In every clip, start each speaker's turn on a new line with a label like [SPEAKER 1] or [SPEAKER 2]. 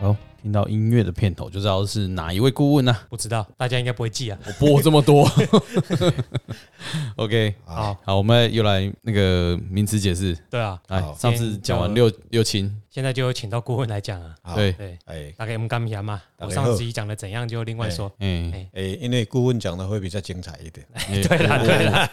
[SPEAKER 1] 哦听到音乐的片头就知道是哪一位顾问呢、啊
[SPEAKER 2] 不知道，大家应该不会记啊。
[SPEAKER 1] 我播这么多 ，OK，
[SPEAKER 2] 好，
[SPEAKER 1] 好，我们又来那个名词解释。
[SPEAKER 2] 哦对啊，
[SPEAKER 1] 来，
[SPEAKER 3] 好
[SPEAKER 1] 上次讲完六六亲，
[SPEAKER 2] 现在就请到顾问来讲啊。
[SPEAKER 3] 好
[SPEAKER 1] 对，
[SPEAKER 2] 对，
[SPEAKER 3] 哎
[SPEAKER 2] 大概我们刚讲嘛，
[SPEAKER 3] 大
[SPEAKER 2] 我
[SPEAKER 3] 概好
[SPEAKER 2] 上集讲的怎样就另外说。
[SPEAKER 1] 嗯，
[SPEAKER 2] 哎
[SPEAKER 3] 哎，因为顾问讲的会比较精彩 一点，
[SPEAKER 1] 哎
[SPEAKER 2] 对 啦对啦，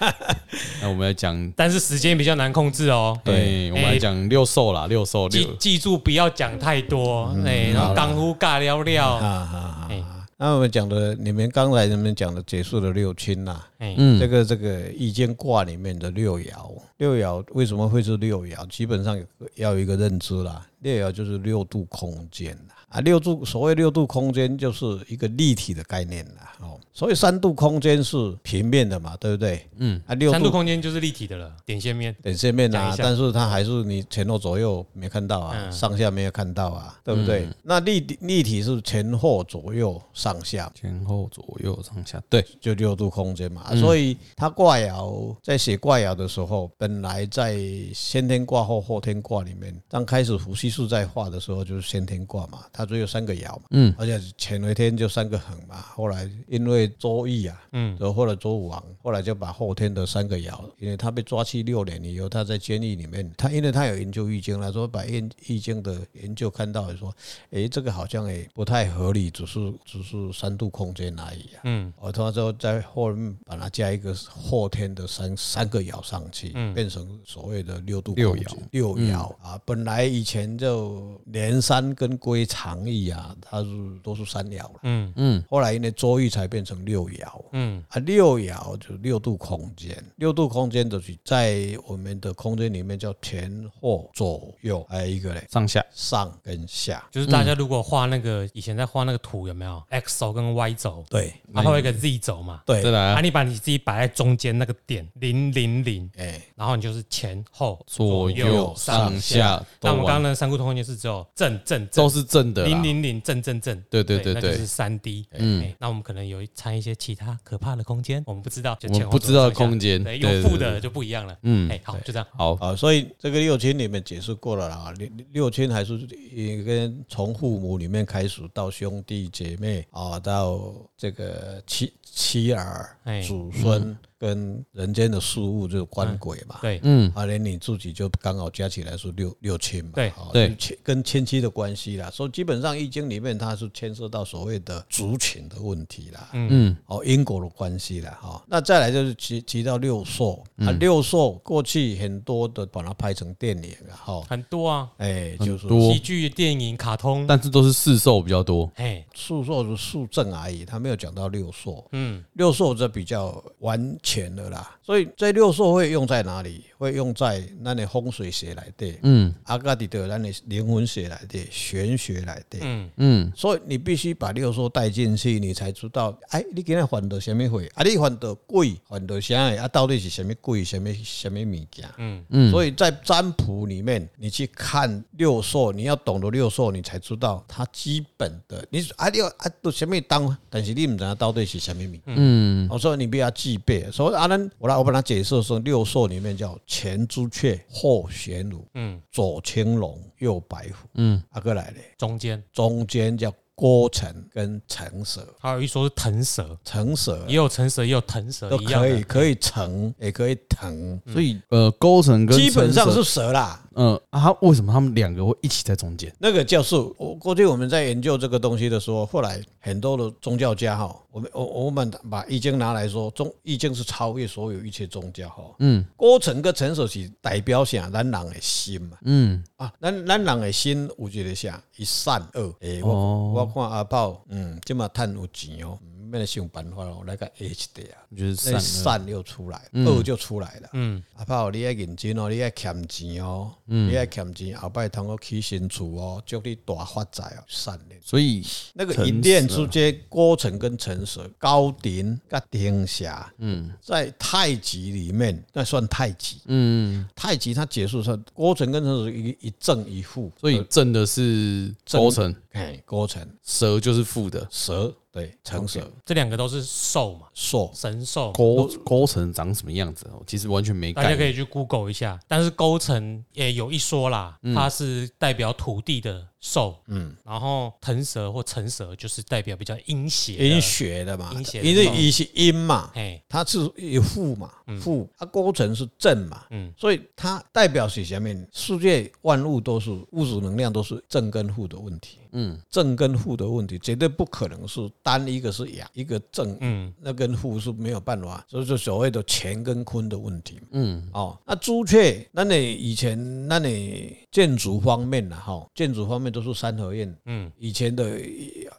[SPEAKER 1] 那我们来讲，哎
[SPEAKER 2] 但是时间比较难控制哦。
[SPEAKER 1] 对，我们来讲六兽啦，六兽
[SPEAKER 2] 记
[SPEAKER 1] 六，
[SPEAKER 2] 记住不要讲太多，哎，然后当呼尬聊聊，
[SPEAKER 3] 哈哈
[SPEAKER 2] 啊
[SPEAKER 3] 哈。哎那我们讲的，你们刚才你们讲的结束的六亲呐、
[SPEAKER 2] 哎，
[SPEAKER 1] 嗯
[SPEAKER 3] 这个这个易经卦里面的六爻，六爻为什么会是六爻？基本上有个要有一个认知啦，六爻就是六度空间啦。啊，六度所谓六度空间就是一个立体的概念啦。哦，所以三度空间是平面的嘛，对不对？嗯，啊，六
[SPEAKER 2] 三度
[SPEAKER 3] 度
[SPEAKER 2] 空间就是立体的了，点线面。
[SPEAKER 3] 等线面
[SPEAKER 2] 讲
[SPEAKER 3] 啊
[SPEAKER 2] 一，下
[SPEAKER 3] 但是它还是你前后左右没看到啊，
[SPEAKER 2] 嗯
[SPEAKER 3] 上下没有看到啊，对不对？那立体立体是前后左右上下，
[SPEAKER 1] 前后左右上下，对，
[SPEAKER 3] 就六度空间嘛，啊所以他卦爻在写卦爻的时候，本来在先天卦或后天卦里面，刚开始伏羲氏在画的时候就是先天卦嘛，它只有三个爻嘛，
[SPEAKER 1] 嗯，
[SPEAKER 3] 而且乾为天就三个横嘛，后来因为周易啊，
[SPEAKER 2] 嗯，
[SPEAKER 3] 然后后来周武王，后来就把后天的三个爻，因为他被抓去六年以后，他在监狱里面，他因为他有研究易经，他说把易易经的研究看到说，诶，这个好像也不太合理，只是只是三度空间而已啊。
[SPEAKER 2] 嗯，
[SPEAKER 3] 我他之后在后面把它加一个后天的三三个爻上去，
[SPEAKER 2] 嗯
[SPEAKER 3] 变成所谓的六度
[SPEAKER 1] 六
[SPEAKER 3] 空间
[SPEAKER 1] 爻
[SPEAKER 3] 六爻、啊。本来以前就连山跟归长易啊，它是都是三爻了。
[SPEAKER 2] 嗯
[SPEAKER 1] 嗯，
[SPEAKER 3] 后来因为周易才变成六爻，
[SPEAKER 2] 嗯
[SPEAKER 3] 啊，六爻就六度空间，六度空间就是在我们的空间里面叫前后左右，还有一个嘞
[SPEAKER 1] 上下，
[SPEAKER 3] 上跟下，
[SPEAKER 2] 就是大家如果画那个以前在画那个图有没有 x 轴跟 y 轴，
[SPEAKER 3] 对
[SPEAKER 2] 然后一个 z 轴嘛，
[SPEAKER 3] 对
[SPEAKER 1] 再，来
[SPEAKER 2] 啊，
[SPEAKER 1] 啊
[SPEAKER 2] 你把你自己摆在中间那个点零零零，
[SPEAKER 3] 哎、
[SPEAKER 2] 然后你就是前后
[SPEAKER 1] 左右上下，
[SPEAKER 2] 那
[SPEAKER 1] 都
[SPEAKER 2] 我们刚刚
[SPEAKER 1] 完
[SPEAKER 2] 那三度空间是只有正正正
[SPEAKER 1] 都是正的啦
[SPEAKER 2] 零，零零正正正，
[SPEAKER 1] 对对对
[SPEAKER 2] 那
[SPEAKER 1] 对
[SPEAKER 2] 就是三 D。嗯，那我们可能有掺一些其他可怕的空间，我们不知道，就
[SPEAKER 1] 我们
[SPEAKER 2] 前后
[SPEAKER 1] 不
[SPEAKER 2] 左
[SPEAKER 1] 知道
[SPEAKER 2] 右上下
[SPEAKER 1] 空间
[SPEAKER 2] 对，
[SPEAKER 1] 对
[SPEAKER 2] 有
[SPEAKER 1] 对
[SPEAKER 2] 负
[SPEAKER 1] 对
[SPEAKER 2] 的就不一样了。
[SPEAKER 1] 嗯
[SPEAKER 2] 哎，好，就这样。
[SPEAKER 1] 好，
[SPEAKER 3] 啊，所以这个六亲里面解释过了啦，六六亲还是也跟从父母里面开始，到兄弟姐妹啊，到这个妻妻儿
[SPEAKER 2] 哎、
[SPEAKER 3] 祖孙跟人间的事物就是官鬼嘛。
[SPEAKER 2] 对，
[SPEAKER 1] 嗯，
[SPEAKER 3] 啊，连你自己就刚好加起来是六六亲嘛，
[SPEAKER 2] 对
[SPEAKER 3] 啊
[SPEAKER 1] 对
[SPEAKER 3] 六亲跟亲戚的关系啦，所以基本上《易经》里面它是牵涉到所谓的族群的问题啦，
[SPEAKER 1] 嗯，
[SPEAKER 3] 哦，因果的关系啦，哈、那再来就是提提到六兽啊，
[SPEAKER 1] 嗯
[SPEAKER 3] 六兽过去很多的把它拍成电影啊，哈、
[SPEAKER 2] 很多啊，
[SPEAKER 3] 哎，就是
[SPEAKER 1] 多
[SPEAKER 2] 喜剧、电影、卡通，
[SPEAKER 1] 但是都是四兽比较多，
[SPEAKER 2] 哎，
[SPEAKER 3] 数兽是数正而已，他没有讲到六兽，
[SPEAKER 2] 嗯，
[SPEAKER 3] 六兽这比较完全的啦，所以这六兽会用在哪里？会用在那你风水学来对，
[SPEAKER 1] 嗯
[SPEAKER 3] 阿嘎迪德，那你灵魂学来的，玄学来的，
[SPEAKER 2] 嗯
[SPEAKER 1] 嗯，
[SPEAKER 3] 所以你必须把六兽带进去，你才知道，哎，你今天犯到什么鬼？啊，你犯到鬼，犯到啥的？啊，到底是什么鬼？什么什么物件？
[SPEAKER 2] 嗯
[SPEAKER 3] 嗯，所以在占卜里面，你去看六兽，你要懂得六兽，你才知道它基本的。你啊，你有啊，都什么当，但是你唔知道到底是什么物。嗯，我说你不要具备。所以啊，咱我来我把它解释说，六兽里面叫前朱雀，后玄武，
[SPEAKER 2] 嗯，
[SPEAKER 3] 左青龙，右白虎，嗯，啊，过来嘞，
[SPEAKER 2] 中间
[SPEAKER 3] 中间叫郭城跟成蛇，
[SPEAKER 2] 还有一说是腾蛇，
[SPEAKER 3] 成蛇
[SPEAKER 2] 也有腾蛇，也有腾蛇
[SPEAKER 3] 都
[SPEAKER 2] 一样
[SPEAKER 3] 可以，
[SPEAKER 2] 的。
[SPEAKER 3] 可以成，也可以腾，
[SPEAKER 1] 所以呃，勾成跟
[SPEAKER 3] 基本上
[SPEAKER 1] 成
[SPEAKER 3] 是
[SPEAKER 1] 蛇，
[SPEAKER 3] 蛇啦。
[SPEAKER 1] 嗯，啊，它为什么他们两个会一起在中间？
[SPEAKER 3] 那个教授，我过去我们在研究这个东西的时候，后来很多的宗教家哈，我们我我们把易经拿来说，宗易经是超越所有一切宗教哈。
[SPEAKER 1] 嗯，
[SPEAKER 3] 过程跟成熟是代表啥？咱人的心嘛。
[SPEAKER 1] 嗯，
[SPEAKER 3] 啊，咱咱人的心有一个啥？一善恶。诶、我、
[SPEAKER 1] 哦
[SPEAKER 3] 我看阿豹，嗯，即嘛趁有钱哦，免想办法哦，来个 H 的啊。
[SPEAKER 1] 就是善
[SPEAKER 3] 那
[SPEAKER 1] 恶，
[SPEAKER 3] 善又出来，恶就出来了。嗯，阿炮，你要认真哦，你要欠钱哦，你要欠钱，后摆通我起新厝哦，祝你大发财哦，善念。
[SPEAKER 1] 所以
[SPEAKER 3] 那个
[SPEAKER 1] 诚
[SPEAKER 3] 一念
[SPEAKER 1] 实
[SPEAKER 3] 之间，郭城跟陈蛇、高鼎跟丁霞，嗯，在太极里面，那算太极。
[SPEAKER 1] 嗯，
[SPEAKER 3] 太极它解释说，郭城跟陈蛇一一正一负，
[SPEAKER 1] 所以正的是勾成，
[SPEAKER 3] 哎，郭城
[SPEAKER 1] 蛇就是负的，
[SPEAKER 3] 蛇对，成蛇
[SPEAKER 2] 这两个都是兽嘛，
[SPEAKER 3] 兽
[SPEAKER 2] 神
[SPEAKER 3] 哦
[SPEAKER 2] 兽。
[SPEAKER 1] 勾勾成长什么样子？我其实完全没
[SPEAKER 2] 大家
[SPEAKER 1] 概
[SPEAKER 2] 可
[SPEAKER 1] 念。
[SPEAKER 2] 以去 Google 一下，但是勾陈也有一说啦，它是代表土地的兽，嗯，然后腾蛇或成蛇就是代表比较阴邪的，
[SPEAKER 3] 阴血的嘛
[SPEAKER 2] 啊阴，血的
[SPEAKER 3] 因为
[SPEAKER 2] 嘛
[SPEAKER 3] 乙是阴嘛，
[SPEAKER 2] 嘿，
[SPEAKER 3] 它是一负嘛，负，它构成是正嘛，
[SPEAKER 2] 嗯
[SPEAKER 3] 所以它代表是下面世界万物都是物质能量都是正跟负的问题，
[SPEAKER 1] 嗯，
[SPEAKER 3] 正跟负的问题绝对不可能是单一个是阳，一个正，
[SPEAKER 2] 嗯
[SPEAKER 3] 那跟负是没有办法，所以就所谓的乾跟坤的问题嘛。
[SPEAKER 1] 嗯，
[SPEAKER 3] 哦，那朱雀，那你以前那你建筑方面呢？啊哈，建筑方面都是三合院。
[SPEAKER 2] 嗯
[SPEAKER 3] 以前的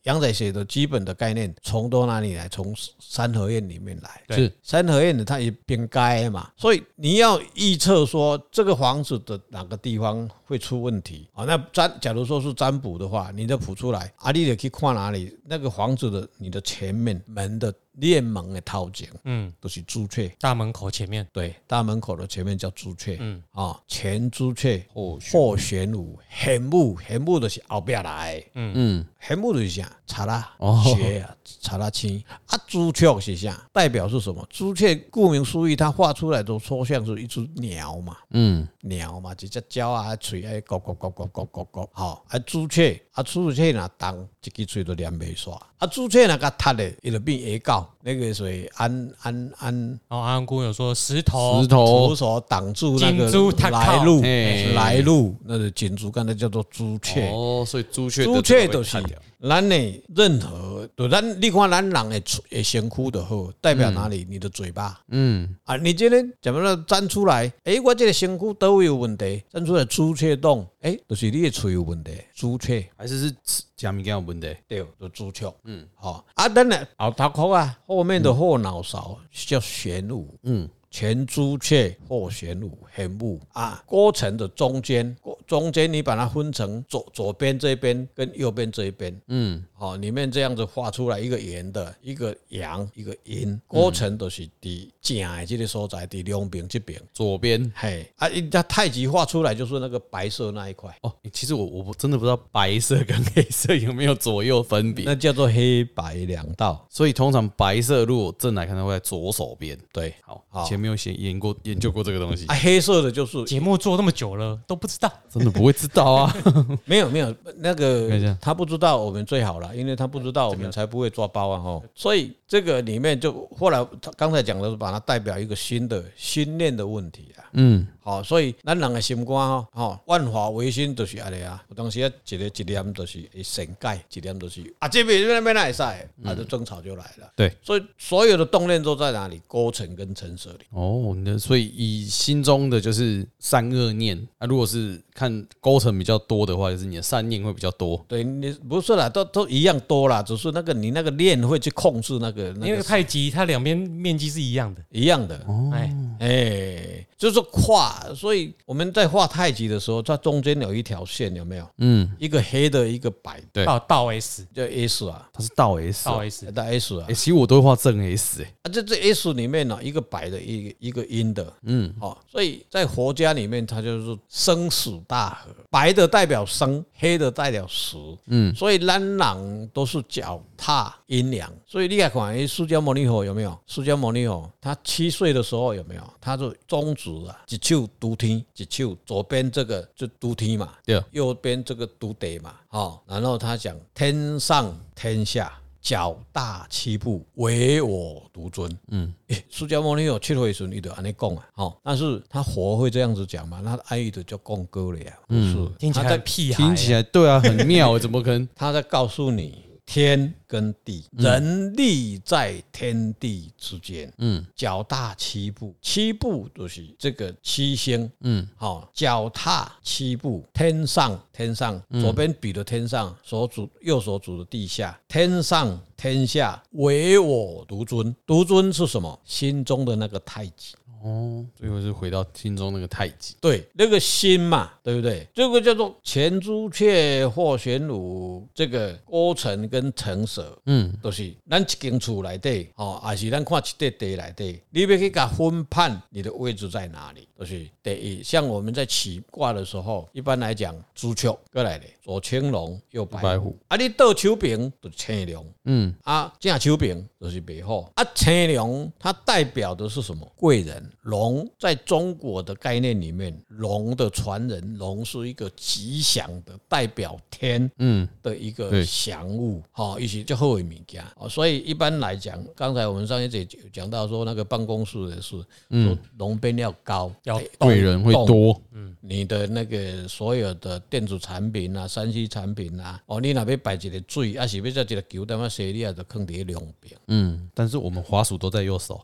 [SPEAKER 3] 杨仔写的基本的概念，从都哪里来？从三合院里面来。
[SPEAKER 2] 对
[SPEAKER 1] 是
[SPEAKER 3] 三合院的它也边盖嘛，所以你要预测说这个房子的哪个地方会出问题啊、哦？那占假如说是占卜的话，你的卜出来，啊，你得去看哪里那个房子的你的前面门的面门的套景
[SPEAKER 2] 嗯，
[SPEAKER 3] 都、是朱雀，
[SPEAKER 2] 大门口前面，
[SPEAKER 3] 对，大门口的前面叫朱雀，
[SPEAKER 2] 嗯
[SPEAKER 3] 啊、前朱雀。
[SPEAKER 1] 后续，
[SPEAKER 3] 破玄武、玄武、玄武就是后壁来的，
[SPEAKER 1] 嗯，
[SPEAKER 3] 玄武就是啥？查啦
[SPEAKER 1] 哦，
[SPEAKER 3] 血啊，查啦青啊，朱雀是啥？代表是什么？朱雀顾名思义，它画出来的抽象是一只鸟嘛，
[SPEAKER 1] 嗯，
[SPEAKER 3] 鸟嘛，一只鸟啊，嘴哎，咕咕咕咕咕咕咕，吼，啊，朱雀啊，朱雀若动，一支嘴都连袂煞，啊，朱雀若甲踢咧，伊就变野狗，那个谁安安安。
[SPEAKER 2] 然后安姑有说石头
[SPEAKER 1] 石，
[SPEAKER 3] 徒
[SPEAKER 1] 头，哦
[SPEAKER 3] 手挡住那
[SPEAKER 2] 金猪
[SPEAKER 3] 个
[SPEAKER 2] 塔靠
[SPEAKER 3] 来路，哎
[SPEAKER 1] 嘿
[SPEAKER 3] 来路，那个锦竹竿，那叫做朱雀。
[SPEAKER 1] 哎哦，所以朱雀，
[SPEAKER 3] 朱雀就是
[SPEAKER 1] 砍掉，
[SPEAKER 3] 咱的任何，就咱你看咱人的嘴的身躯就好，代表哪里？你的嘴巴
[SPEAKER 1] 嗯，
[SPEAKER 3] 啊，你今天怎么了？站出来，诶，我这个身躯都有问题，站出来朱雀洞，诶，就是你的嘴有问题，朱雀。
[SPEAKER 1] 还是是吃加米干有问题，
[SPEAKER 3] 对，就朱雀，嗯，好啊，等下后头壳啊，后面的后脑勺叫玄武，
[SPEAKER 1] 嗯，
[SPEAKER 3] 前朱雀后玄武，玄武啊，过程的中间，过中间你把它分成左左边这边跟右边这一边，
[SPEAKER 1] 嗯，
[SPEAKER 3] 好、里面这样子画出来一个圆的，一个阳，一个
[SPEAKER 1] 嗯
[SPEAKER 3] 阴，过程都是伫正的这个所在，伫两边这边，
[SPEAKER 1] 左边。
[SPEAKER 3] 嘿，啊，它太极画出来就是那个白色那一块，
[SPEAKER 1] 哦，其实我我不真的不知道白色跟黑色有没有左右分别，
[SPEAKER 3] 那叫做黑白两道，
[SPEAKER 1] 所以通常白色如果正来看，它会在左手边。
[SPEAKER 3] 对。
[SPEAKER 1] 好，
[SPEAKER 3] 好
[SPEAKER 1] 以前没有研研过研究过这个东西，
[SPEAKER 3] 啊，黑色的就是
[SPEAKER 2] 节目做那么久了都不知道，
[SPEAKER 1] 真的不会知道啊。
[SPEAKER 3] 没有没有，那
[SPEAKER 1] 看一
[SPEAKER 3] 个
[SPEAKER 1] 下
[SPEAKER 3] 他不知道我们最好了，因为他不知道我们才不会抓包啊吼。所以这个里面就后来他刚才讲的是把它代表一个新的心念的问题啊。
[SPEAKER 1] 嗯，
[SPEAKER 3] 好，所以咱人的心肝吼，吼万法唯心就是安尼啊。有当时啊，一个一念就是会神改，一念就是啊这边那边那会使，啊就争吵就来了。
[SPEAKER 1] 对，
[SPEAKER 3] 所以所有的动念都在哪里？勾陈跟成舍里。
[SPEAKER 1] 哦，你的所以以心中的就是善恶念啊，如果是看勾成比较多的话，就是你的善念会比较多。
[SPEAKER 3] 对你不是啦，都都一样多啦，只是那个你那个念会去控制那个那
[SPEAKER 2] 因为
[SPEAKER 3] 个
[SPEAKER 2] 太极它两边面积是一样的，
[SPEAKER 3] 一样的。
[SPEAKER 2] 哎，
[SPEAKER 3] 哎、就是跨，所以我们在画太极的时候，它中间有一条线，有没有？
[SPEAKER 1] 嗯，
[SPEAKER 3] 一个黑的，一个白的，
[SPEAKER 1] 对
[SPEAKER 2] 到到 S
[SPEAKER 3] 叫 S 啊，
[SPEAKER 1] 它是倒 S，
[SPEAKER 2] 到
[SPEAKER 1] 哎、
[SPEAKER 2] S，
[SPEAKER 3] 那 S 啊，
[SPEAKER 1] 欸其实我都会画正 S，哎、
[SPEAKER 3] 啊，这这 S 里面呢、一个白的，一个一个阴的，嗯，哦，所以在佛家里面，它就是生死大河，白的代表生，黑的代表死，嗯，所以咱人都是脚踏阴阳，所以你看看诶释迦牟尼佛有没有？释迦牟尼佛他七岁的时候有没有？他就中指啊，一手独天，一手左边这个就独天嘛，
[SPEAKER 1] 对，
[SPEAKER 3] 右边这个独得嘛，哦，然后他讲天上天下。脚大七步，唯我独尊。嗯，释迦牟尼有七岁时候，伊就安尼讲啊，哦，但是他佛会这样子讲嘛？那爱伊就叫讲哥了呀，不是？
[SPEAKER 2] 听起
[SPEAKER 3] 他
[SPEAKER 2] 来
[SPEAKER 3] 在
[SPEAKER 2] 很屁孩
[SPEAKER 1] 听起来对啊，很妙、欸，怎么可能？
[SPEAKER 3] 他在告诉你，天跟地，人力在天地之间。
[SPEAKER 1] 嗯
[SPEAKER 3] 脚踏七步，七步就是这个七星，
[SPEAKER 1] 嗯，
[SPEAKER 3] 好、脚踏七步，天上天上，
[SPEAKER 1] 嗯
[SPEAKER 3] 左边比的天上，手指右手指的地下，天上天下，唯我独尊。独尊是什么？心中的那个太极。
[SPEAKER 1] 哦，最后是回到心中那个太极，
[SPEAKER 3] 对，那个心嘛，对不对？这个叫做前朱雀或玄武，这个郭城跟成舍，
[SPEAKER 1] 嗯，
[SPEAKER 3] 都、就是咱一间厝内底，哦，还是咱看一块地内底，你要去甲分判你的位置在哪里，就是第一，像我们在起卦的时候，一般来讲，朱雀过来的，左青龙，右白虎，
[SPEAKER 1] 白虎
[SPEAKER 3] 啊，你倒手柄就是青龙，
[SPEAKER 1] 嗯，
[SPEAKER 3] 啊，正手柄就是白虎，啊，青龙它代表的是什么？贵人，龙在中国的概念里面，龙的传人龙是一个吉祥的代表天
[SPEAKER 1] 嗯，
[SPEAKER 3] 的一
[SPEAKER 1] 对
[SPEAKER 3] 个祥物，好，一些较好的物件。哦，所以一般来讲，刚才我们上一节有讲到说那个办公室的事，嗯，龙变要高，
[SPEAKER 2] 要
[SPEAKER 1] 贵人会
[SPEAKER 3] 动
[SPEAKER 1] 多，嗯
[SPEAKER 3] 你的那个所有的电子产品啊、三 C 产品啊，哦，你若要摆一个水，啊是要做一个球点啊，洗你啊，就放伫咧两 边。
[SPEAKER 1] 嗯，但是我们滑鼠都在右手，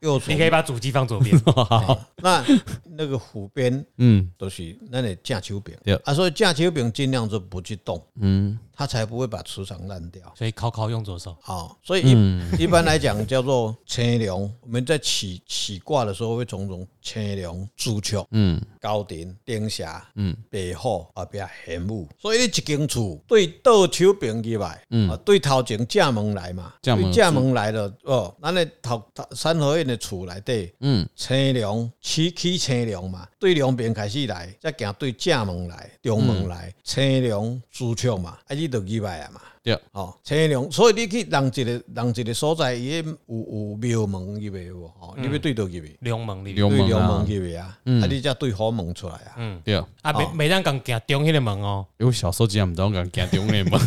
[SPEAKER 3] 右
[SPEAKER 1] 啊
[SPEAKER 3] 手
[SPEAKER 2] 你可以把主机放左边，
[SPEAKER 3] 那那个虎边
[SPEAKER 1] 嗯
[SPEAKER 3] 都是咱的正手柄
[SPEAKER 1] 对，
[SPEAKER 3] 啊，所以正手柄尽量就不去动，
[SPEAKER 1] 嗯
[SPEAKER 3] 它才不会把磁场烂掉。
[SPEAKER 2] 所以考考用左手。
[SPEAKER 3] 好，所以一、
[SPEAKER 1] 嗯
[SPEAKER 3] 一般来讲叫做青龙。我们在起起卦的时候会从从青龙、朱雀、
[SPEAKER 1] 嗯
[SPEAKER 3] 高顶、丁霞、
[SPEAKER 1] 嗯
[SPEAKER 3] 白虎后壁玄武。所以你一间厝对倒手边入来，啊，对头前正门来嘛，
[SPEAKER 1] 嗯正门
[SPEAKER 3] 对正门来了哦，咱的头头三合院的厝内底。
[SPEAKER 1] 嗯，
[SPEAKER 3] 青龙起起青龙嘛，对两边开始来，再行对正门来、中门
[SPEAKER 1] 嗯
[SPEAKER 3] 来，青龙朱雀嘛，啊，你就入来啊嘛。
[SPEAKER 1] 对，
[SPEAKER 3] 哦，青龙，所以你去人一个人一个所在，伊迄有有庙门入去有无？哦，你要对倒入去，
[SPEAKER 2] 龙门里，
[SPEAKER 1] 龙
[SPEAKER 3] 对
[SPEAKER 1] 嗯门
[SPEAKER 3] 庙
[SPEAKER 1] 啊
[SPEAKER 3] 门入，去啊，啊，你才对虎门出来啊。
[SPEAKER 2] 嗯，
[SPEAKER 1] 对啊，
[SPEAKER 2] 啊，每每当讲行中迄个门哦，
[SPEAKER 1] 因为我小时候竟然不知道敢行中的 嘛，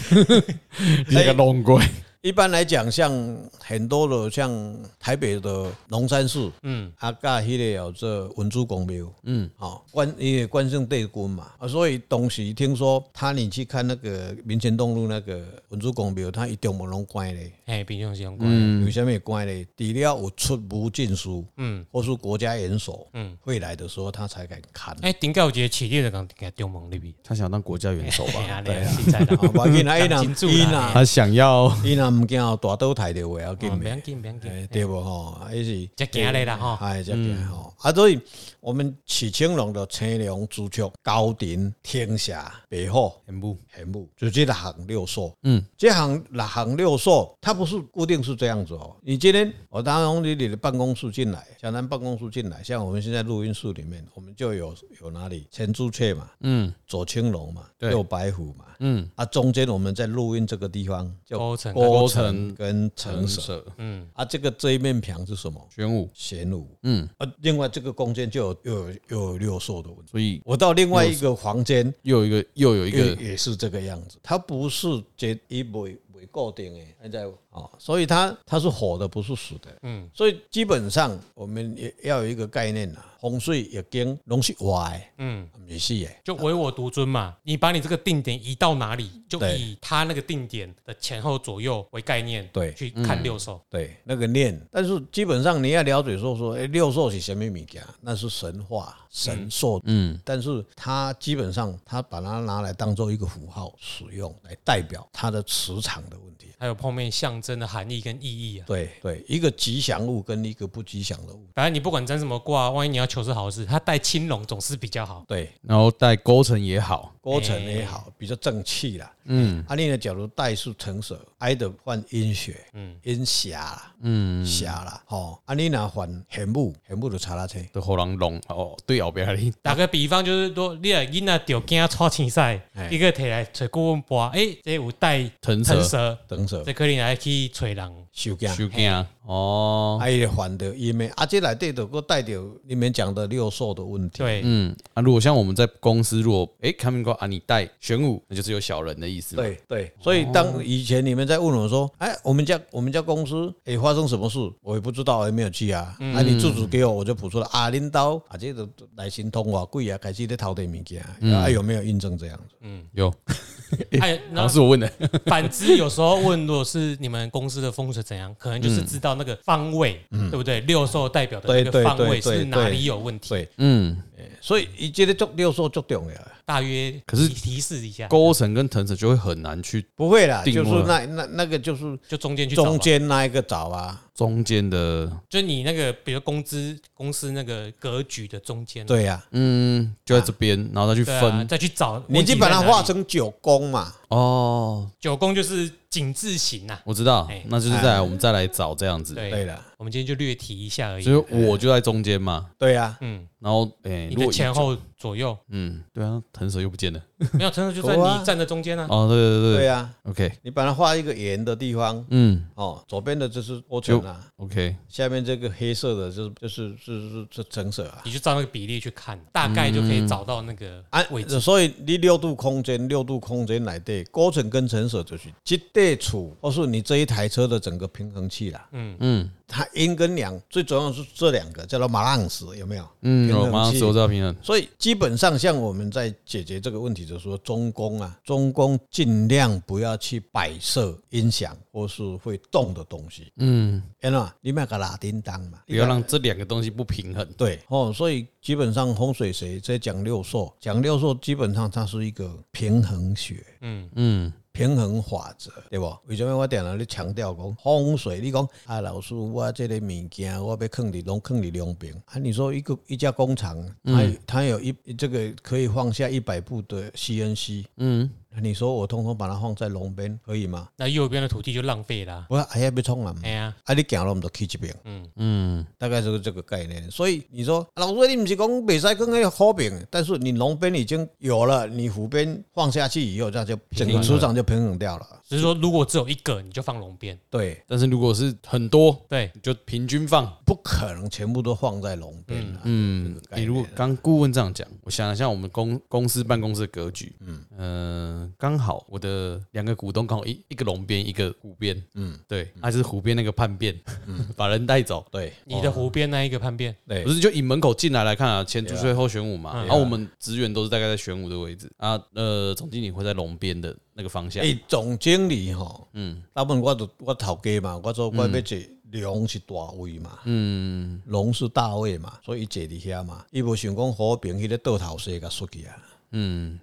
[SPEAKER 1] 你个弄鬼，
[SPEAKER 3] 一般来讲，像很多的像台北的龙山寺，
[SPEAKER 2] 嗯，
[SPEAKER 3] 啊，甲迄个有这文殊公庙，
[SPEAKER 1] 嗯，
[SPEAKER 3] 哦，关因为关圣帝君嘛，啊，所以当时听说他你去看那个民权东路那个文殊公庙，他一定无拢关咧，
[SPEAKER 2] 嘿，平常是用关，
[SPEAKER 3] 为什么会关咧？除了有出无禁书，
[SPEAKER 2] 嗯，
[SPEAKER 3] 或是国家元首，
[SPEAKER 2] 嗯
[SPEAKER 3] 嗯，会来的时候他才敢看。
[SPEAKER 2] 哎，顶有一个起立的讲行中门里边，
[SPEAKER 1] 他想当国家元 首吧？
[SPEAKER 2] 啊，你现在的
[SPEAKER 3] 啊，无要 紧啊，伊
[SPEAKER 2] 讲清楚啦
[SPEAKER 3] 若伊若
[SPEAKER 1] 他想要，
[SPEAKER 3] 伊若毋惊大刀抬着话要紧
[SPEAKER 2] 哦，不
[SPEAKER 3] 的
[SPEAKER 2] 要紧，不要
[SPEAKER 3] 哎
[SPEAKER 2] 紧，
[SPEAKER 3] 对无吼，迄是。
[SPEAKER 2] 才行咧啦吼，
[SPEAKER 3] 哎，这边吼，啊，所以我们起青龙的青龙、朱雀、高鼎、天下、白虎、
[SPEAKER 1] 全部，
[SPEAKER 3] 玄武，就这六行六兽。
[SPEAKER 1] 嗯，
[SPEAKER 3] 这行六行六兽，它不是固定是这样子哦。你今天我当从你你的办公室进来，像咱办公室进来，像我们现在录音室里面，我们就有有哪里前朱雀嘛，
[SPEAKER 1] 嗯
[SPEAKER 3] 左青龙嘛，
[SPEAKER 1] 对
[SPEAKER 3] 右白虎嘛。
[SPEAKER 1] 嗯，
[SPEAKER 3] 啊，中间我们在录音这个地方叫
[SPEAKER 2] 高层，啊
[SPEAKER 1] 勾
[SPEAKER 3] 郭
[SPEAKER 1] 陈
[SPEAKER 3] 城跟
[SPEAKER 1] 成
[SPEAKER 3] 城舍
[SPEAKER 1] 舍
[SPEAKER 2] 嗯，
[SPEAKER 3] 啊，这个这一面墙是什么？
[SPEAKER 1] 玄武，
[SPEAKER 3] 玄武。
[SPEAKER 1] 嗯，
[SPEAKER 3] 啊，另外这个空间就有又有又有六兽的问题。
[SPEAKER 1] 所以
[SPEAKER 3] 我到另外一个房间，
[SPEAKER 1] 又有一个又有一
[SPEAKER 3] 也
[SPEAKER 1] 个
[SPEAKER 3] 也是这个样子，它不是这一没没固定的，现在哦，所以它它是火的，不是死的。
[SPEAKER 2] 嗯，
[SPEAKER 3] 所以基本上我们也要有一个概念啦，风水易经拢是活的，
[SPEAKER 2] 嗯，
[SPEAKER 3] 不是的。
[SPEAKER 2] 就唯我独尊嘛，你把你这个定点移到哪里，就
[SPEAKER 3] 对
[SPEAKER 2] 以他那个定点的前后左右为概念，
[SPEAKER 3] 对
[SPEAKER 2] 去看六兽，
[SPEAKER 3] 对，那个念，但是基本上你要了解说说，哎、六兽是什么物件？那是神话神兽，
[SPEAKER 1] 嗯
[SPEAKER 3] 但是它基本上它把它拿来当做一个符号使用，来代表它的磁场的问题。
[SPEAKER 2] 还有后面象征的含义跟意义啊。
[SPEAKER 3] 对对，一个吉祥物跟一个不吉祥的物，
[SPEAKER 2] 反正你不管占什么卦，万一你要求是好事，他带青龙总是比较好。
[SPEAKER 3] 对，
[SPEAKER 1] 然后带勾成也好，
[SPEAKER 3] 过程也好，比较正气啦。
[SPEAKER 1] 嗯
[SPEAKER 3] 啊，你呢？假如代数成蛇，挨的换阴血，
[SPEAKER 2] 嗯，
[SPEAKER 3] 阴霞啦，
[SPEAKER 1] 嗯，
[SPEAKER 3] 霞啦，吼，啊，你若换玄武，玄武就查拉车。
[SPEAKER 1] 的后狼龙哦，对后边哩，
[SPEAKER 2] 打个比方，就是说，你若囡仔着惊吵青赛，
[SPEAKER 3] 哎
[SPEAKER 2] 一个摕来找顾问博，诶、这有带
[SPEAKER 1] 腾蛇
[SPEAKER 2] 腾蛇，
[SPEAKER 3] 等蛇
[SPEAKER 2] 这可能来去找人。
[SPEAKER 3] 收惊，
[SPEAKER 1] 修惊哦，
[SPEAKER 3] 啊，伊就还的阴面，啊，这内底就搁带着你们讲的六兽的问题。
[SPEAKER 2] 对，
[SPEAKER 1] 嗯啊，如果像我们在公司，如果诶看明哥啊，你带玄武，那就是有小人的意思嘛，
[SPEAKER 3] 对对，所以当以前你们在问我说，哎，我们家我们家公司哎、发生什么事，我也不知道，我也没有去啊。
[SPEAKER 2] 嗯
[SPEAKER 3] 啊，你住址给我，我就补出了啊，领导啊，这个来行通话贵啊，开始在偷的物件，
[SPEAKER 2] 嗯
[SPEAKER 3] 啊，有没有印证这样子？
[SPEAKER 1] 有，
[SPEAKER 3] 嗯
[SPEAKER 2] 哎，
[SPEAKER 1] 好
[SPEAKER 2] 那
[SPEAKER 1] 像是我问的，
[SPEAKER 2] 反之，有时候问，如果是你们公司的风水怎样，可能就是知道那个方位，对不对？六兽代表的那个
[SPEAKER 3] 嗯对对
[SPEAKER 2] 方位
[SPEAKER 3] 对对
[SPEAKER 2] 是哪
[SPEAKER 3] 对
[SPEAKER 2] 里有问题，
[SPEAKER 3] 对，
[SPEAKER 1] 嗯，
[SPEAKER 3] 所以伊这个足六数足重要的，
[SPEAKER 2] 大约
[SPEAKER 1] 可是
[SPEAKER 2] 提提示一下，
[SPEAKER 1] 勾成跟腾蛇就会很难去
[SPEAKER 3] 不会啦，
[SPEAKER 1] 定
[SPEAKER 3] 就是
[SPEAKER 1] 位
[SPEAKER 3] 那那那个就是
[SPEAKER 2] 就中间去找啊吧
[SPEAKER 3] 中间那一个找啊，
[SPEAKER 1] 中间的，
[SPEAKER 2] 就你那个，比如工资公司那个格局的中间，啊
[SPEAKER 3] 对呀、
[SPEAKER 1] 嗯，就在这边，然后再去
[SPEAKER 2] 对啊，
[SPEAKER 1] 分
[SPEAKER 2] 再去找
[SPEAKER 3] 你
[SPEAKER 2] 问题
[SPEAKER 3] 就
[SPEAKER 2] 在
[SPEAKER 3] 把它
[SPEAKER 2] 哪里
[SPEAKER 3] 画成九宫嘛，
[SPEAKER 1] 哦，
[SPEAKER 2] 九宫就是井字形呐。
[SPEAKER 1] 我知道
[SPEAKER 2] 哎，
[SPEAKER 1] 那就是再来我们再来找这样子，
[SPEAKER 2] 对
[SPEAKER 3] 对，了，
[SPEAKER 2] 我们今天就略提一下而
[SPEAKER 1] 所
[SPEAKER 2] 已。
[SPEAKER 1] 以我就在中间嘛，
[SPEAKER 3] 对呀、啊
[SPEAKER 2] 嗯，
[SPEAKER 1] 然后诶，
[SPEAKER 2] 你
[SPEAKER 3] 哎
[SPEAKER 1] 如
[SPEAKER 2] 的
[SPEAKER 1] 果一
[SPEAKER 2] 前后左右，
[SPEAKER 1] 嗯，对啊，腾蛇又不见了，
[SPEAKER 2] 没有，真的就在
[SPEAKER 3] 有啊
[SPEAKER 2] 你站在中间啊。
[SPEAKER 1] 哦，对对对
[SPEAKER 3] 对
[SPEAKER 1] 对
[SPEAKER 3] 呀、啊，
[SPEAKER 1] ，OK，
[SPEAKER 3] 你把它画一个圆的地方，
[SPEAKER 1] 嗯
[SPEAKER 3] 哦，左边的就是涡层啊，
[SPEAKER 1] ，OK，
[SPEAKER 3] 下面这个黑色的就是就是是是是橙色啊。
[SPEAKER 2] 你就照那个比例去看，大概就可以找到那个
[SPEAKER 3] 啊
[SPEAKER 2] 位
[SPEAKER 1] 呃
[SPEAKER 2] 置。，
[SPEAKER 3] 所以你六度空间，六度空间内底，构成跟成色就是这地处，或是你这一台车的整个平衡器啦。
[SPEAKER 1] 嗯
[SPEAKER 3] 它阴跟阳最重要是这两个，叫做马浪石，有没有？
[SPEAKER 1] 嗯，
[SPEAKER 3] 平衡
[SPEAKER 1] 我马上
[SPEAKER 3] 器
[SPEAKER 1] 手知道平衡，
[SPEAKER 3] 所以基本上，像我们在解决这个问题的时候，中宫啊，中宫尽量不要去摆设音响或是会动的东西，
[SPEAKER 1] 嗯，
[SPEAKER 3] 因为你买个拉叮当嘛，
[SPEAKER 1] 不要让这两个东西不平衡，
[SPEAKER 3] 对哦，所以基本上风水学在讲六兽，讲六兽基本上它是一个平衡学。
[SPEAKER 2] 嗯，
[SPEAKER 1] 嗯
[SPEAKER 3] 平衡法则，对不？为什么我定定咧强调讲风水？你讲啊，老师，我这个物件我要放伫拢放伫两边啊。你说一个一家工厂，它有它有一这个可以放下一百部的 CNC，
[SPEAKER 1] 嗯，
[SPEAKER 3] 那啊你说我通通把它放在龙边可以吗？
[SPEAKER 2] 那右边的土地就浪费啦。
[SPEAKER 3] 我还要被冲啊！
[SPEAKER 2] 哎呀，
[SPEAKER 3] 啊，你行了，我们就去这边，
[SPEAKER 1] 嗯，
[SPEAKER 3] 大概就是这个概念。所以你说，啊老师，你不是讲北塞更要好饼，但是你龙边已经有了，你湖边放下去以后，那就整个磁场就平衡掉了。
[SPEAKER 2] 只是说如果只有一个，你就放龙边。
[SPEAKER 3] 对，
[SPEAKER 1] 但是如果是很多，
[SPEAKER 2] 对，
[SPEAKER 1] 你就平均放。
[SPEAKER 3] 不可能全部都放在龙边啊。
[SPEAKER 1] 嗯
[SPEAKER 3] 这个，概
[SPEAKER 1] 你
[SPEAKER 3] 念
[SPEAKER 1] 如果刚顾问这样讲，我想了一下我们公公司办公室的格局，嗯，呃，刚好我的两个股东刚好一一个龙边，一个湖边，嗯，对，还是湖边那个叛变， 把人带走，
[SPEAKER 3] 对
[SPEAKER 2] 你的湖边那一个叛变，
[SPEAKER 3] 对
[SPEAKER 1] 不，是就以门口进来来看啊，前主税后玄武嘛，
[SPEAKER 2] 对啊
[SPEAKER 1] 然后我们职员都是大概在玄武的位置啊，呃，总经理会在龙边的那个方向，
[SPEAKER 3] 诶，哎总经理吼，嗯，大部分我都我头家嘛，我做我要坐龙是大位嘛，
[SPEAKER 1] 嗯，
[SPEAKER 3] 龙是大位嘛，所以伊坐伫遐嘛，伊无想讲和平迄个倒头势甲出去啊。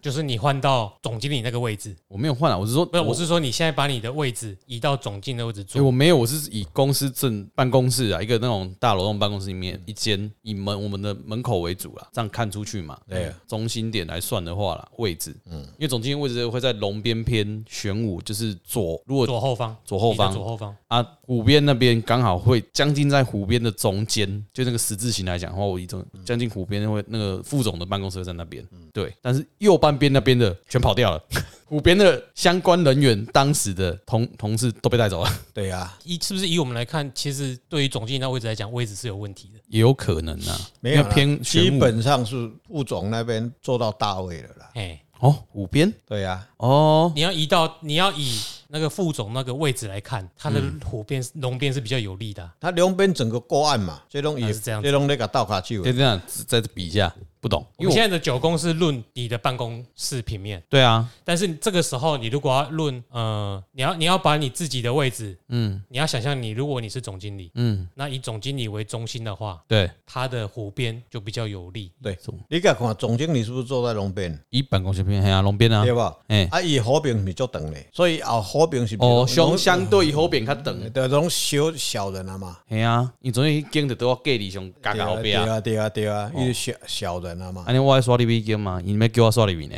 [SPEAKER 2] 就是你换到总经理那个位置，
[SPEAKER 1] 我没有换啊，我是说，
[SPEAKER 2] 不是，我是说你现在把你的位置移到总经理的位置
[SPEAKER 1] 所以
[SPEAKER 2] 坐。
[SPEAKER 1] 我没有，我是以公司正办公室啊，一个那种大楼栋办公室里面一间，以门我们的门口为主啊啦，这样看出去嘛。哎
[SPEAKER 3] 对啊，
[SPEAKER 1] 中心点来算的话啦，位置，嗯，因为总经理位置会在龙边偏玄武，就是左，如果
[SPEAKER 2] 左后方，
[SPEAKER 1] 左后方
[SPEAKER 2] 你的左后方，
[SPEAKER 1] 啊湖边那边刚好会将近在湖边的中间，就那个十字形来讲的话，我一种
[SPEAKER 3] 嗯
[SPEAKER 1] 将近湖边会那个副总的办公室会在那边，对，但是右半边那边的全跑掉了， 湖边的相关人员当时的同同事都被带走了，
[SPEAKER 3] 对啊，
[SPEAKER 2] 以是不是以我们来看，其实对于总经理那位置来讲，位置是有问题的。
[SPEAKER 1] 也有可能啊，
[SPEAKER 3] 没有
[SPEAKER 1] 因
[SPEAKER 3] 啦
[SPEAKER 1] 为偏
[SPEAKER 3] 基
[SPEAKER 1] 玄武
[SPEAKER 3] 本上是副总那边做到大位了啦。
[SPEAKER 2] 哎，
[SPEAKER 1] 哦，湖边
[SPEAKER 3] 对啊，
[SPEAKER 1] 哦，
[SPEAKER 2] 你要移到你要以那个副总那个位置来看，他的
[SPEAKER 1] 嗯
[SPEAKER 2] 湖边龙边是比较有利的啊。
[SPEAKER 3] 他两边整个过岸嘛，这种也
[SPEAKER 2] 啊是这样子
[SPEAKER 3] 这种那个倒卡去
[SPEAKER 1] 就这样再比一下，不懂，
[SPEAKER 2] 我
[SPEAKER 1] 因为
[SPEAKER 2] 们现
[SPEAKER 1] 我
[SPEAKER 2] 在的九宫是论你的办公室平面，
[SPEAKER 1] 对啊，
[SPEAKER 2] 但是这个时候你如果要论，呃，你要你要把你自己的位置，嗯，你要想象你如果你是总经理，
[SPEAKER 1] 嗯，
[SPEAKER 2] 那以总经理为中心的话，
[SPEAKER 1] 对，
[SPEAKER 2] 他的湖边就比较有利。
[SPEAKER 3] 对，你甲看总经理是不是坐在龙边？
[SPEAKER 1] 以办公室偏黑啊，龙边啊
[SPEAKER 3] 对，吧？
[SPEAKER 1] 哎，
[SPEAKER 3] 啊，伊和平是足长的，所以啊，和平是
[SPEAKER 1] 哦，相相对
[SPEAKER 3] 嗯
[SPEAKER 1] 于后边较长。
[SPEAKER 3] 对，种小小人啊嘛，
[SPEAKER 1] 系啊，你总有一间就都要隔离上加加后
[SPEAKER 3] 对
[SPEAKER 1] 壁啊。
[SPEAKER 3] 啊，对啊，对啊，伊小小人啊嘛，
[SPEAKER 1] 安尼我爱刷你边间嘛，你咪叫我刷你边呢？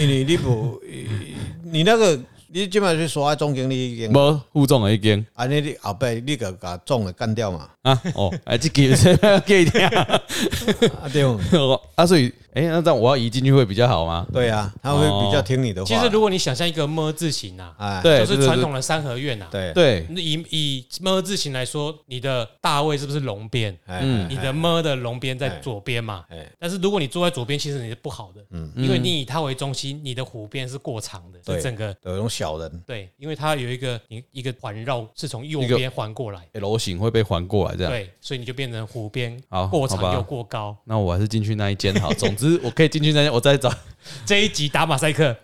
[SPEAKER 3] 因为你不，你那个你即摆去刷总经理已经，
[SPEAKER 1] 无互总的一间
[SPEAKER 3] 安尼你后摆你个甲总的干掉嘛，
[SPEAKER 1] 啊，哦，哎，这个 是要隔离啊。
[SPEAKER 3] 啊对哦，
[SPEAKER 1] 啊，所以，哎，那这样我要移进去会比较好吗？
[SPEAKER 3] 对啊，他
[SPEAKER 1] 哦
[SPEAKER 3] 会比较听你的话。
[SPEAKER 2] 其实如果你想象一个么字形啊，
[SPEAKER 3] 哎，
[SPEAKER 1] 对，
[SPEAKER 2] 就是传统的三合院啊，
[SPEAKER 3] 对，
[SPEAKER 1] 对，对，
[SPEAKER 2] 那以以么字形来说，你的大位是不是龙边？
[SPEAKER 3] 嗯，
[SPEAKER 2] 你的么的龙边在左边嘛
[SPEAKER 3] 哎，
[SPEAKER 2] 但是如果你坐在左边，其实你是不好的，因为你以它为中心，你的湖边是过长的，
[SPEAKER 3] 对
[SPEAKER 2] 是整个
[SPEAKER 3] 有种小人，
[SPEAKER 2] 对，因为它有一个一一个环绕是从右
[SPEAKER 1] 一个
[SPEAKER 2] 边环过来，
[SPEAKER 1] 哎楼型会被环过来这样。
[SPEAKER 2] 对，所以你就变成湖边
[SPEAKER 1] 好
[SPEAKER 2] 过
[SPEAKER 1] 好吧
[SPEAKER 2] 长又过高。
[SPEAKER 1] 那我还是进去那一间好。总之，我可以进去那间，我再 找。
[SPEAKER 2] 这一集打马赛克，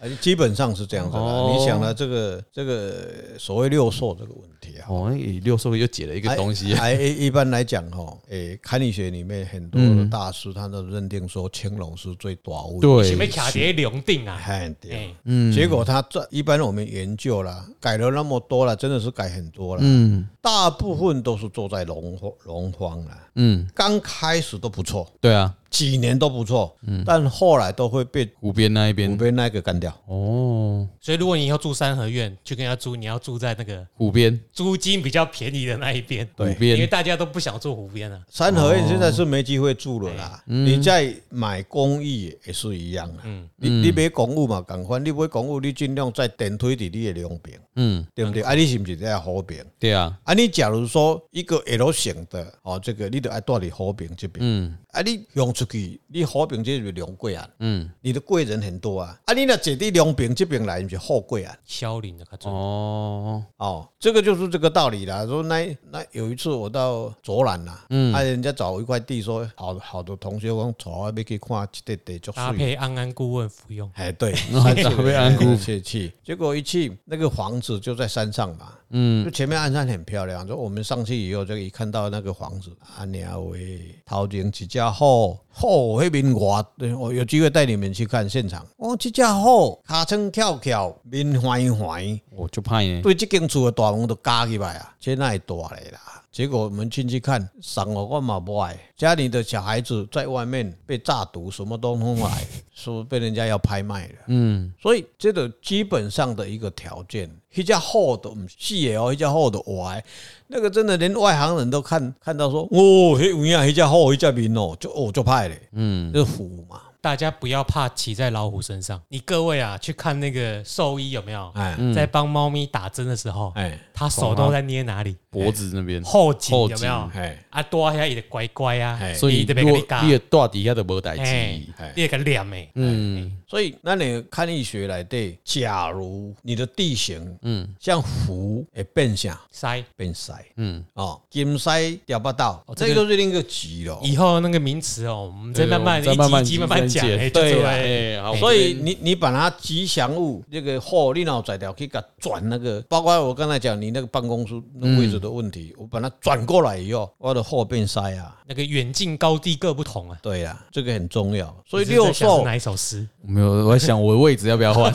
[SPEAKER 3] 哎基本上是这样子的。
[SPEAKER 1] 哦
[SPEAKER 3] 你想了这个这个所谓六兽这个问题啊，
[SPEAKER 1] 哦，哎六兽又解了一个东西。啊
[SPEAKER 3] 哎，哎一般来讲哈，诶，堪理学里面很多的大师，他都认定说青龙是最大物，，
[SPEAKER 2] 前 面
[SPEAKER 1] 嗯对，
[SPEAKER 2] 卡碟龙定啊，
[SPEAKER 3] 哎对。
[SPEAKER 2] 哎，
[SPEAKER 1] 嗯
[SPEAKER 3] 结果他这一般我们研究了，改了那么多了，真的是改很多了，
[SPEAKER 1] 嗯
[SPEAKER 3] 大部分都是坐在龙龙荒了。
[SPEAKER 1] 嗯，
[SPEAKER 3] 刚开始都不错，
[SPEAKER 1] 对啊，
[SPEAKER 3] 几年都不错，
[SPEAKER 1] 嗯
[SPEAKER 3] 但后来都会被
[SPEAKER 1] 湖边那一边
[SPEAKER 3] 湖边那个干掉。
[SPEAKER 1] 哦，
[SPEAKER 2] 所以如果你以后住三合院，去跟人家租，你要住在那个
[SPEAKER 1] 湖边
[SPEAKER 2] 租金比较便宜的那一边，
[SPEAKER 1] 湖
[SPEAKER 2] 因为
[SPEAKER 1] 边
[SPEAKER 2] 大家都不想住湖边啊了。
[SPEAKER 3] 三合院现在是没机会住了啦，
[SPEAKER 1] 嗯
[SPEAKER 3] 你在买公寓也是一样啊。你你买公寓嘛，共款，你买公寓，你尽量在电梯伫你的两边，
[SPEAKER 1] 嗯，
[SPEAKER 3] 对不对？啊，你是不是在河边？
[SPEAKER 1] 对啊，
[SPEAKER 3] 啊，你假如说一个 L 型的哦，这个你得爱住伫河边这边。
[SPEAKER 1] 嗯
[SPEAKER 3] 啊，你用出去，你河边这边两贵啊，
[SPEAKER 1] 嗯，
[SPEAKER 3] 你的贵人很多啊。啊，你若坐伫两边这边来，不是好贵啊。
[SPEAKER 2] 萧岭的，哦，
[SPEAKER 1] 哦，
[SPEAKER 3] 哦，这个就是这个道理啦。说那那有一次我到卓兰啦，嗯，啊，人家找一块地说，好好多同学讲找那边去看这块地就
[SPEAKER 2] 搭
[SPEAKER 3] 水。
[SPEAKER 2] 配安安顾问服用，
[SPEAKER 3] 哎，对，
[SPEAKER 1] 搭配安姑
[SPEAKER 3] 去去，结果一去那个房子就在山上嘛，
[SPEAKER 1] 嗯
[SPEAKER 3] 就前面岸上很漂亮。说我们上去以后，就一看到那个房子，啊娘喂，头前一只虎，虎那边我我有机会带你们去看现场。哦，这只虎，尻川翘翘，面环环，
[SPEAKER 1] 我就怕呢，
[SPEAKER 3] 对这间厝的大门都加起来啊，这那大嘞啦。结果我们进去看，送我我嘛不爱，家里的小孩子在外面被炸毒，什么都弄 来，说被人家要拍卖了。
[SPEAKER 1] 嗯
[SPEAKER 3] 所以这个基本上的一个条件，一家厚的唔是的哦，一家厚的歪，那个真的连外行人都看看到说，哦，嘿，有影，一家厚，一家面哦，就哦就派嘞，
[SPEAKER 1] 嗯，
[SPEAKER 3] 就是虎嘛，
[SPEAKER 2] 大家不要怕骑在老虎身上。你各位啊，去看那个兽医有没有
[SPEAKER 3] 哎
[SPEAKER 1] 嗯
[SPEAKER 2] 在帮猫咪打针的时候，
[SPEAKER 3] 哎
[SPEAKER 2] 他手都在捏哪里？
[SPEAKER 1] 脖子那边，
[SPEAKER 2] 后颈
[SPEAKER 1] 后
[SPEAKER 2] 有没
[SPEAKER 1] 颈
[SPEAKER 2] 有？
[SPEAKER 3] 哎
[SPEAKER 2] 啊，多下也得乖乖啊
[SPEAKER 3] 哎，
[SPEAKER 1] 所以
[SPEAKER 2] 得
[SPEAKER 1] 如
[SPEAKER 2] 别
[SPEAKER 1] 果
[SPEAKER 2] 你嘎
[SPEAKER 1] 你，的大底下的无代
[SPEAKER 2] 哎
[SPEAKER 1] 志，，
[SPEAKER 2] 你个脸诶，
[SPEAKER 1] 嗯
[SPEAKER 3] 所以那你看医学来对，假如你的地形，嗯，像湖会变啥
[SPEAKER 2] 塞。
[SPEAKER 3] 变塞
[SPEAKER 1] 嗯，
[SPEAKER 3] 哦，金塞掉不到，
[SPEAKER 2] 哦这
[SPEAKER 3] 这
[SPEAKER 2] 个
[SPEAKER 3] 个就是另一个极了。
[SPEAKER 2] 以后那个名词哦，我们再慢慢一
[SPEAKER 1] 对我
[SPEAKER 2] 集
[SPEAKER 1] 们
[SPEAKER 2] 一集慢慢讲，哎，
[SPEAKER 1] 对
[SPEAKER 2] 就是
[SPEAKER 1] 啊
[SPEAKER 2] 哎
[SPEAKER 1] 哎，好，
[SPEAKER 3] 所以你你把它吉祥物这个货，你脑在掉可以给它转那个，包括我刚才讲你那个办公室那位置的问题，我把它转过来以后，我的货变塞啊，
[SPEAKER 2] 那个远近高低各不同啊。
[SPEAKER 3] 对呀、啊，这个很重要。所以
[SPEAKER 2] 你是在
[SPEAKER 3] 六
[SPEAKER 2] 想是
[SPEAKER 3] 兽
[SPEAKER 2] 哪一首诗？
[SPEAKER 1] 我没有，我在想我的位置要不要换？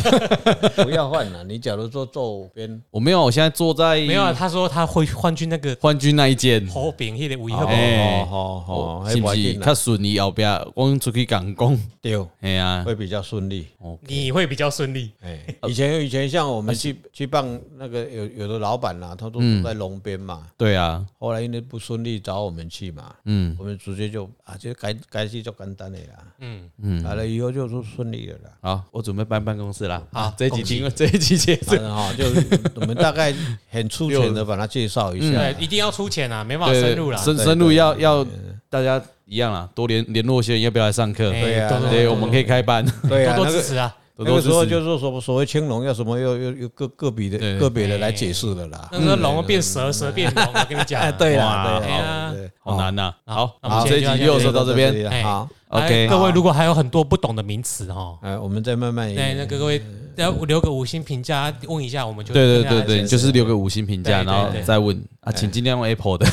[SPEAKER 3] 不要换了，你假如说左边，
[SPEAKER 1] 我没有，我现在坐在
[SPEAKER 2] 没有啊，他说他会换去那个
[SPEAKER 1] 冠军那一间，
[SPEAKER 2] 侯炳迄个五一
[SPEAKER 1] 哦
[SPEAKER 2] 号，
[SPEAKER 1] 哎
[SPEAKER 3] 好好，
[SPEAKER 2] 哦
[SPEAKER 3] 还
[SPEAKER 1] 是不
[SPEAKER 3] 不
[SPEAKER 1] 是
[SPEAKER 2] 啊
[SPEAKER 3] 定
[SPEAKER 1] 较顺利后壁我出去讲讲，
[SPEAKER 3] 丢
[SPEAKER 1] 哎呀，
[SPEAKER 3] 会比较顺利。
[SPEAKER 2] 你会比较顺利。
[SPEAKER 3] 哎， 以前以前像我们去去办那个有有的老板啦、啊他都住在龙边嘛，
[SPEAKER 1] 对啊，
[SPEAKER 3] 后来因为不顺利找我们去嘛，
[SPEAKER 1] 嗯
[SPEAKER 3] 我们直接就啊，就该该去就简单的啦。
[SPEAKER 2] 嗯，
[SPEAKER 1] 嗯，
[SPEAKER 3] 来了以后就是顺利了啦。
[SPEAKER 1] 好，我准备搬办公室啦。
[SPEAKER 2] 好
[SPEAKER 1] 好，这一集结， 这一集结束
[SPEAKER 3] 反。正哈，就是我们大概很粗浅的把它介绍一下
[SPEAKER 2] 对，。一定要出钱啊，没办法
[SPEAKER 1] 对
[SPEAKER 2] 深
[SPEAKER 1] 对
[SPEAKER 2] 入啦。
[SPEAKER 1] 深
[SPEAKER 3] 嗯对
[SPEAKER 1] 深入
[SPEAKER 3] 对
[SPEAKER 1] 要要大家一样啦，多联联络一些人要不要来上课？
[SPEAKER 2] 哎
[SPEAKER 3] 对啊
[SPEAKER 2] 多多
[SPEAKER 1] 对，我们可以开 班，
[SPEAKER 3] 对啊，
[SPEAKER 2] 多多
[SPEAKER 3] 那
[SPEAKER 2] 支
[SPEAKER 3] 个
[SPEAKER 2] 持啊。
[SPEAKER 1] 多
[SPEAKER 3] 那
[SPEAKER 1] 多
[SPEAKER 3] 个时候
[SPEAKER 1] 支持。
[SPEAKER 3] 就是说所谓青龙要什么，要要要个个别的
[SPEAKER 1] 对
[SPEAKER 3] 个别的来解释的啦。
[SPEAKER 2] 那时候龙变蛇，蛇变龙，我跟你讲啊。
[SPEAKER 3] 哎，对啦，
[SPEAKER 1] 哇
[SPEAKER 3] 对啦，对啊
[SPEAKER 1] 好难呐。好，
[SPEAKER 2] 那我们
[SPEAKER 1] 好，
[SPEAKER 2] 今
[SPEAKER 1] 这
[SPEAKER 2] 天
[SPEAKER 1] 一集
[SPEAKER 2] 就到
[SPEAKER 1] 又
[SPEAKER 2] 这
[SPEAKER 1] 说到这边。
[SPEAKER 3] 了
[SPEAKER 2] 哎
[SPEAKER 3] 好，
[SPEAKER 1] OK，
[SPEAKER 2] 哎各位如果还有很多不懂的名词哦哈，
[SPEAKER 3] 哎，我们再慢慢
[SPEAKER 2] 那那各位要留个五星评价，问一下我们就
[SPEAKER 1] 对对
[SPEAKER 2] 跟大
[SPEAKER 1] 对
[SPEAKER 2] 家
[SPEAKER 1] 对，
[SPEAKER 2] 解释
[SPEAKER 1] 就是留个五星评价，
[SPEAKER 2] 对对
[SPEAKER 1] 然后
[SPEAKER 2] 对
[SPEAKER 1] 再问啊，请尽量用 Apple 的。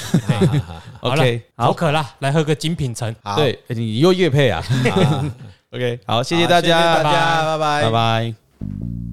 [SPEAKER 2] 好了
[SPEAKER 1] OK，
[SPEAKER 2] 口
[SPEAKER 1] 好，
[SPEAKER 2] 渴啦，来喝个精品橙。
[SPEAKER 3] 好，
[SPEAKER 1] 对哎你又夜配啊。OK，好，谢谢大
[SPEAKER 3] 好谢谢
[SPEAKER 1] 家，
[SPEAKER 3] 大家，拜拜，
[SPEAKER 1] 拜拜。